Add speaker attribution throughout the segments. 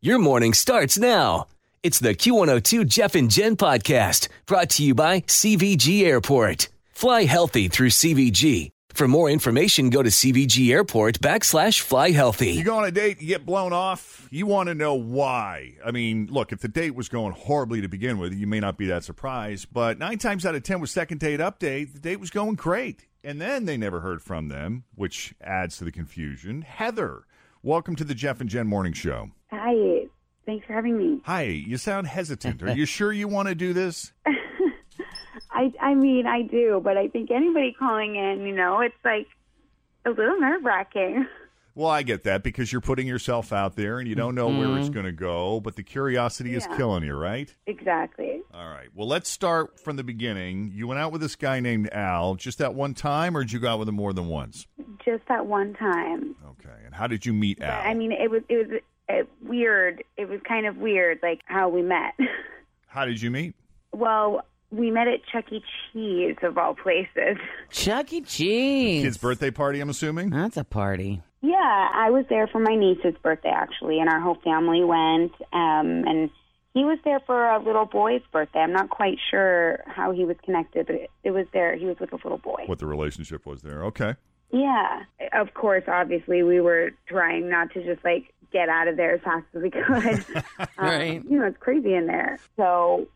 Speaker 1: Your morning starts now. It's the Q102 Jeff and Jen podcast brought to you by CVG Airport. Fly healthy through CVG. For more information, go to CVG Airport backslash fly
Speaker 2: You
Speaker 1: healthy.
Speaker 2: go on a date, you get blown off, you want to know why. I mean, look, if the date was going horribly to begin with, you may not be that surprised, but nine times out of ten with second date update, the date was going great. And then they never heard from them, which adds to the confusion. Heather, welcome to the Jeff and Jen Morning Show.
Speaker 3: Hi. Thanks for having me.
Speaker 2: Hi, you sound hesitant. Are you sure you want to do this?
Speaker 3: I I mean I do, but I think anybody calling in, you know, it's like a little nerve wracking.
Speaker 2: Well, I get that because you're putting yourself out there and you don't know where it's going to go, but the curiosity is
Speaker 3: Yeah.
Speaker 2: killing you, right?
Speaker 3: Exactly.
Speaker 2: All right. Well, let's start from the beginning. You went out with this guy named Al just that one time, or did you go out with him more than once?
Speaker 3: Just that one time.
Speaker 2: Okay. And how did you meet Al?
Speaker 3: But, I mean, it was it was uh weird. It was kind of weird, like how we met.
Speaker 2: how did you meet?
Speaker 3: well, we met at Chuck E. Cheese of all places.
Speaker 4: Chuck E. Cheese.
Speaker 2: Kid's birthday party, I'm assuming.
Speaker 4: That's a party.
Speaker 3: Yeah, I was there for my niece's birthday actually, and our whole family went. Um, and he was there for a little boy's birthday. I'm not quite sure how he was connected, but it, it was there. He was with a little boy.
Speaker 2: What the relationship was there? Okay.
Speaker 3: Yeah. Of course, obviously, we were trying not to just like get out of there as fast as we could. Um,
Speaker 4: Right.
Speaker 3: You know, it's crazy in there. So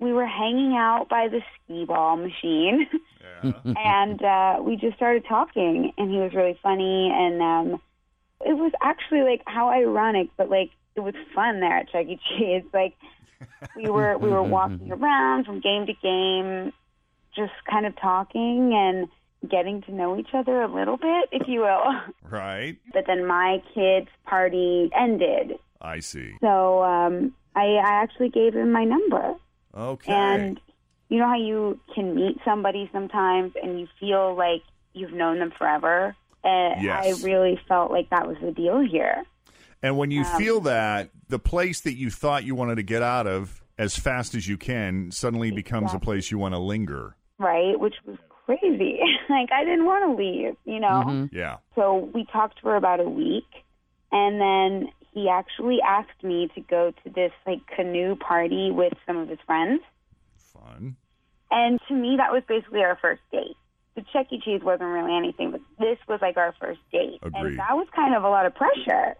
Speaker 3: we were hanging out by the skee ball machine and uh, we just started talking, and he was really funny. And um, it was actually like how ironic, but like it was fun there at Chuck E. Cheese. Like we were we were walking around from game to game, just kind of talking and getting to know each other a little bit, if you will.
Speaker 2: Right.
Speaker 3: But then my kids' party ended,
Speaker 2: I see.
Speaker 3: so um, I, I actually gave him my number.
Speaker 2: Okay.
Speaker 3: And you know how you can meet somebody sometimes and you feel like you've known them forever? And
Speaker 2: Yes.
Speaker 3: I really felt like that was the deal here.
Speaker 2: And when
Speaker 3: um,
Speaker 2: you feel that, the place that you thought you wanted to get out of as fast as you can suddenly becomes a place you want to linger.
Speaker 3: right? Which was crazy. like I didn't want to leave, you know.
Speaker 2: Yeah.
Speaker 3: So we talked for about a week, and then he actually asked me to go to this like canoe party with some of his friends.
Speaker 2: Fun.
Speaker 3: And to me, that was basically our first date. The Chuck E. Cheese wasn't really anything, but this was like our first date.
Speaker 2: Agreed.
Speaker 3: And that was kind of a lot of pressure,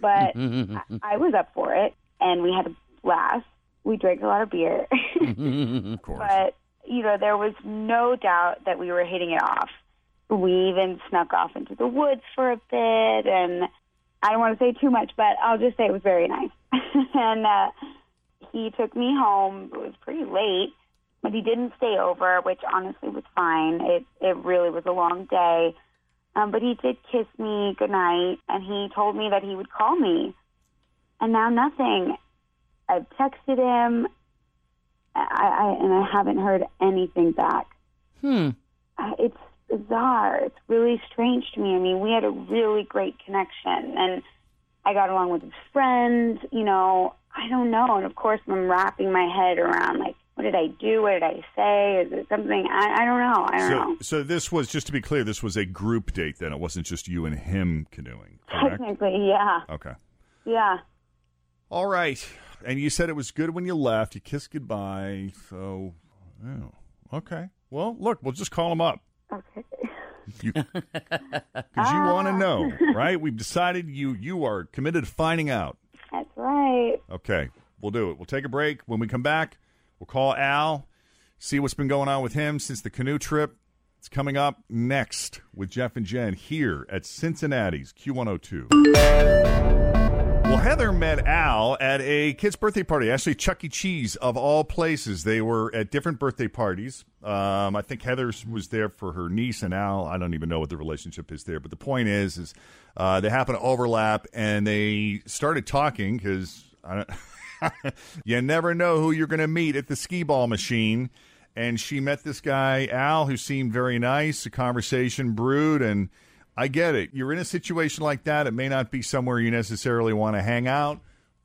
Speaker 3: but I, I was up for it. And we had a blast. We drank a lot of beer.
Speaker 2: Of course.
Speaker 3: but, you know, there was no doubt that we were hitting it off. We even snuck off into the woods for a bit. And I don't want to say too much, but I'll just say it was very nice. and uh, he took me home. It was pretty late but he didn't stay over, which honestly was fine. It it really was a long day, um, but he did kiss me goodnight, and he told me that he would call me, and now nothing. I've texted him, I, I and I haven't heard anything back.
Speaker 4: Hmm.
Speaker 3: Uh, It's bizarre. It's really strange to me. I mean, we had a really great connection, and I got along with his friends. You know, I don't know. And of course, I'm wrapping my head around like, what did I do? What did I say? Is it something? I, I don't know. I don't
Speaker 2: So,
Speaker 3: know.
Speaker 2: so this was just to be clear, this was a group date. Then it wasn't just you and him canoeing, correct?
Speaker 3: Technically, yeah,
Speaker 2: Okay.
Speaker 3: yeah.
Speaker 2: All right. And you said it was good when you left. You kissed goodbye. So, oh, okay. Well, look, we'll just call him up
Speaker 3: Okay.
Speaker 2: because you,
Speaker 3: Ah.
Speaker 2: 'cause you want to know, right? We've decided you you are committed to finding out.
Speaker 3: That's right. right.
Speaker 2: Okay, we'll do it. We'll take a break. When we come back, we'll call Al, see what's been going on with him since the canoe trip. It's coming up next with Jeff and Jen here at Cincinnati's Q102. Well, Heather met Al at a kid's birthday party. Actually, Chuck E. Cheese of all places. They were at different birthday parties. Um, I think Heather's was there for her niece and Al. I don't even know what the relationship is there, but the point is, is uh, they happen to overlap and they started talking because I don't. you never know who you're going to meet at the skee ball machine. And she met this guy Al, who seemed very nice. The conversation brewed and. I get it. You're in a situation like that. It may not be somewhere you necessarily want to hang out,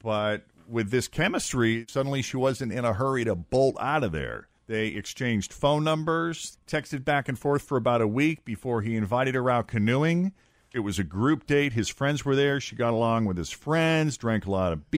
Speaker 2: but with this chemistry, suddenly she wasn't in a hurry to bolt out of there. They exchanged phone numbers, texted back and forth for about a week before he invited her out canoeing. It was a group date. His friends were there. She got along with his friends, drank a lot of beer.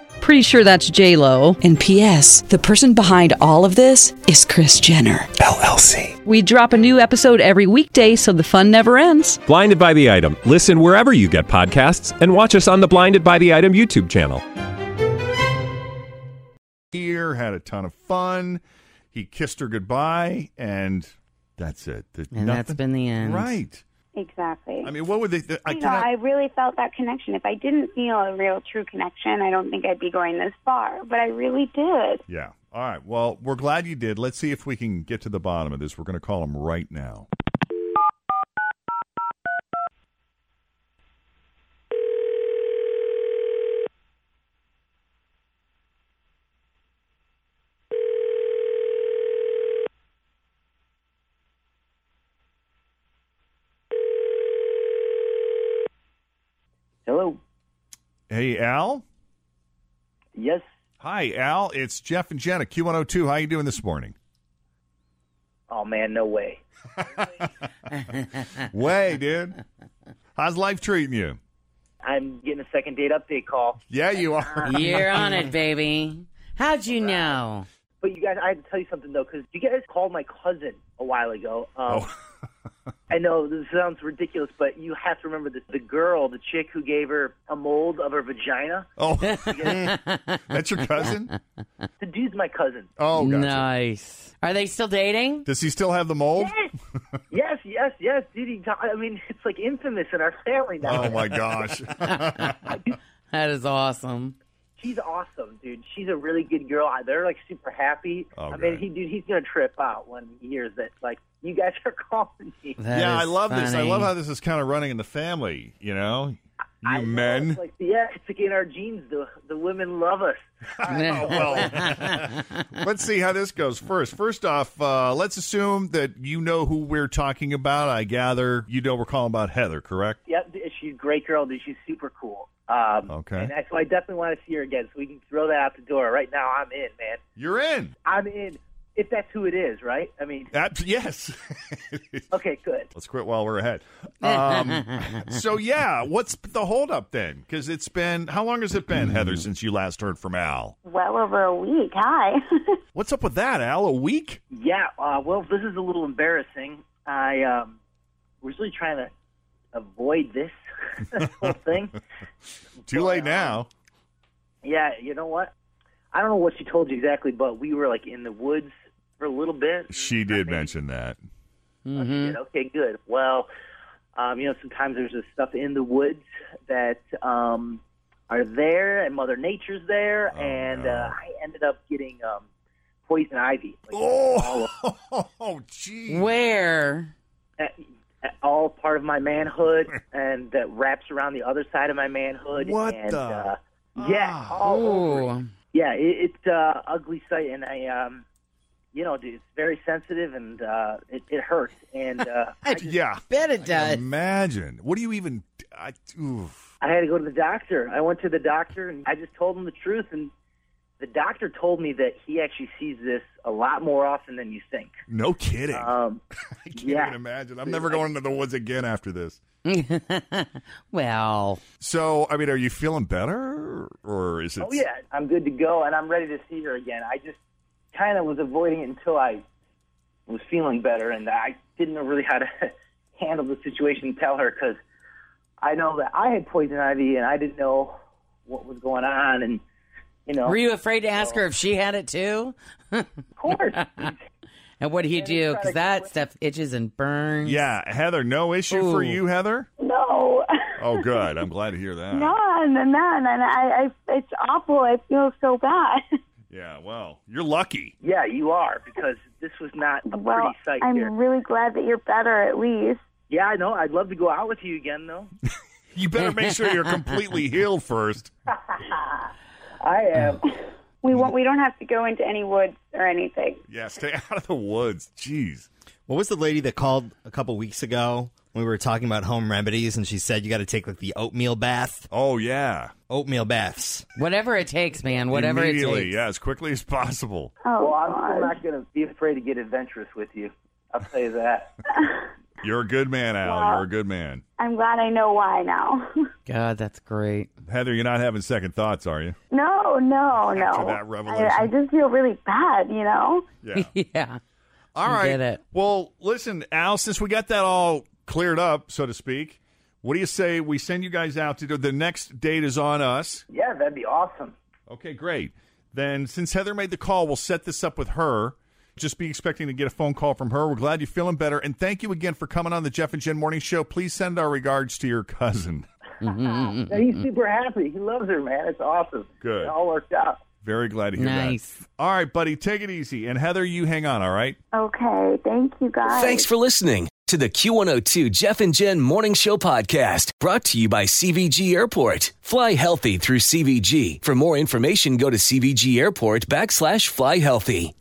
Speaker 5: Pretty sure that's J Lo.
Speaker 6: And P.S. The person behind all of this is Chris Jenner.
Speaker 7: LLC.
Speaker 5: We drop a new episode every weekday, so the fun never ends.
Speaker 7: Blinded by the item. Listen wherever you get podcasts, and watch us on the Blinded by the Item YouTube channel.
Speaker 2: Here, had a ton of fun. He kissed her goodbye, and that's it. Th-
Speaker 4: And that's been the end.
Speaker 2: Right.
Speaker 3: Exactly.
Speaker 2: I mean, what would they? th- I
Speaker 3: you know,
Speaker 2: cannot-
Speaker 3: I really felt that connection. If I didn't feel a real true connection, I don't think I'd be going this far, but I really did.
Speaker 2: Yeah. All right. Well, we're glad you did. Let's see if we can get to the bottom of this. We're going to call him right now.
Speaker 8: Hello.
Speaker 2: Hey, Al.
Speaker 8: Yes,
Speaker 2: Hi, Al. It's Jeff and Jenna, Q102. How you doing this morning?
Speaker 8: Oh man, no way.
Speaker 2: Way, dude. How's life treating you?
Speaker 8: I'm getting a second date update call.
Speaker 2: Yeah, you are.
Speaker 4: You're on it, baby. How'd you know?
Speaker 8: But you guys, I had to tell you something though, because you guys called my cousin a while ago. Um,
Speaker 2: Oh.
Speaker 8: I know this sounds ridiculous, but you have to remember that the girl, the chick who gave her a mold of her vagina,
Speaker 2: Oh, that's your cousin?
Speaker 8: the dude's my cousin.
Speaker 2: Oh, gotcha.
Speaker 4: Nice. Are they still dating?
Speaker 2: Does he still have the mold?
Speaker 8: Yes, yes, yes, dude. he- I mean, it's like infamous in our family now.
Speaker 2: Oh my gosh.
Speaker 4: That is awesome.
Speaker 8: She's awesome, dude. She's a really good girl. I- They're like super happy.
Speaker 2: Oh,
Speaker 8: I mean,
Speaker 2: good.
Speaker 8: he, dude, he's gonna trip out when he hears that. Like, you guys are calling me.
Speaker 4: That
Speaker 2: yeah, I
Speaker 4: is
Speaker 2: love this. I
Speaker 4: funny.
Speaker 2: love how this is kind of running in the family, you know? You
Speaker 8: I know,
Speaker 2: men.
Speaker 8: it's like, yeah, it's like in our genes. The the women love us.
Speaker 2: Oh, well, let's see how this goes first. First off, uh, let's assume that you know who we're talking about. I gather you know we're calling about Heather, correct?
Speaker 8: Yep, d- she's a great girl, dude. She's super cool. Um,
Speaker 2: Okay.
Speaker 8: And that's why I definitely want to see her again, so we can throw that out the door. Right now, I'm in, man.
Speaker 2: You're in.
Speaker 8: I'm in. If that's who it is, right? I mean,
Speaker 2: Ab- yes.
Speaker 8: okay, good.
Speaker 2: let's quit while we're ahead. Um, so, yeah, what's the holdup then? Because it's been, how long has it been, Heather, since you last heard from Al?
Speaker 3: Well over a week. Hi.
Speaker 2: What's up with that, Al? A week?
Speaker 8: Yeah. Uh, well, this is a little embarrassing. I um, was really trying to avoid this whole thing.
Speaker 2: Too late now.
Speaker 8: Yeah, you know what? I don't know what she told you exactly, but we were like in the woods for a little bit.
Speaker 2: She did mention that. Mm-hmm.
Speaker 8: Good. Okay, good. Well, um, you know, sometimes there's this stuff in the woods that um, are there, and Mother Nature's there,
Speaker 2: Oh,
Speaker 8: and
Speaker 2: no.
Speaker 8: uh, I ended up getting um, poison ivy. Like,
Speaker 2: Oh, oh, gee.
Speaker 4: Where?
Speaker 8: That, that all part of my manhood, and that wraps around the other side of my manhood.
Speaker 2: What
Speaker 8: and,
Speaker 2: the-
Speaker 8: Uh, yeah,
Speaker 2: Ah.
Speaker 8: all over.
Speaker 4: Ooh.
Speaker 8: Yeah, it, it's uh, ugly sight, and I, um, you know, dude, it's very sensitive, and uh, it, it hurts, and uh, I just
Speaker 2: Yeah.
Speaker 4: Bet it does.
Speaker 2: Imagine. What do you even? I, oof.
Speaker 8: I had to go to the doctor. I went to the doctor and I just told him the truth. And the doctor told me that he actually sees this a lot more often than you think.
Speaker 2: No kidding.
Speaker 4: Uh,
Speaker 8: Um,
Speaker 2: I can't
Speaker 8: yeah.
Speaker 2: even imagine. I'm never going into the woods again after this.
Speaker 4: well,
Speaker 2: So, I mean, are you feeling better, or is it?
Speaker 8: oh yeah, I'm good to go, and I'm ready to see her again. I just kind of was avoiding it until I was feeling better, and I didn't know really how to handle the situation and tell her because I know that I had poison ivy and I didn't know what was going on, and you know,
Speaker 4: were you afraid to ask her if she had it too?
Speaker 8: of course,
Speaker 4: And what do you do? Because that stuff itches and burns.
Speaker 2: Yeah, Heather, no issue for
Speaker 4: Ooh.
Speaker 2: you, Heather.
Speaker 3: No,
Speaker 2: Oh, good. I'm glad to hear that.
Speaker 3: none, none. And I, I, it's awful. I feel so bad.
Speaker 2: Yeah, well, you're lucky.
Speaker 8: yeah, you are because this was not a
Speaker 3: Well,
Speaker 8: pretty sight
Speaker 3: I'm
Speaker 8: here.
Speaker 3: really glad that you're better at least.
Speaker 8: Yeah, I know. I'd love to go out with you again, though.
Speaker 2: You better make sure you're completely healed first.
Speaker 8: I am.
Speaker 3: We won't. We don't have to go into any woods or anything.
Speaker 2: Yeah, stay out of the woods. Jeez.
Speaker 9: What was the lady that called a couple weeks ago when we were talking about home remedies and she said you got to take like the oatmeal bath?
Speaker 2: Oh yeah,
Speaker 9: Oatmeal baths.
Speaker 4: Whatever it takes, man. Whatever it
Speaker 2: Immediately,
Speaker 4: takes. Uh,
Speaker 2: yeah, as quickly as possible.
Speaker 3: Oh,
Speaker 8: Well, I'm
Speaker 3: God.
Speaker 8: still not going to be afraid to get adventurous with you. I'll tell you that.
Speaker 2: You're a good man, Al.
Speaker 3: Well-
Speaker 2: you're a good man.
Speaker 3: I'm glad I know why now.
Speaker 4: God, that's great.
Speaker 2: Heather, you're not having second thoughts, are you?
Speaker 3: no, no, no.
Speaker 2: After that revelation.
Speaker 3: I, I just feel really bad. You know.
Speaker 2: Yeah.
Speaker 4: yeah.
Speaker 2: All
Speaker 4: You
Speaker 2: right.
Speaker 4: get it.
Speaker 2: Well, listen, Al, since we got that all cleared up, so to speak, what do you say we send you guys out to do the next date is on us?
Speaker 8: Yeah, that'd be awesome.
Speaker 2: Okay, great. Then since Heather made the call, we'll set this up with her. Just be expecting to get a phone call from her. We're glad you're feeling better. And thank you again for coming on the Jeff and Jen Morning Show. Please send our regards to your cousin.
Speaker 8: Yeah, he's super happy. He loves her, man. It's awesome.
Speaker 2: Good.
Speaker 8: It all worked out.
Speaker 2: Very glad to hear
Speaker 4: Nice.
Speaker 2: that. All right, buddy, take it easy. And Heather, you hang on, all right?
Speaker 3: Okay. Thank you, guys.
Speaker 1: Thanks for listening to the Q102 Jeff and Jen Morning Show podcast brought to you by CVG Airport. Fly healthy through CVG. For more information, go to CVG Airport backslash fly healthy.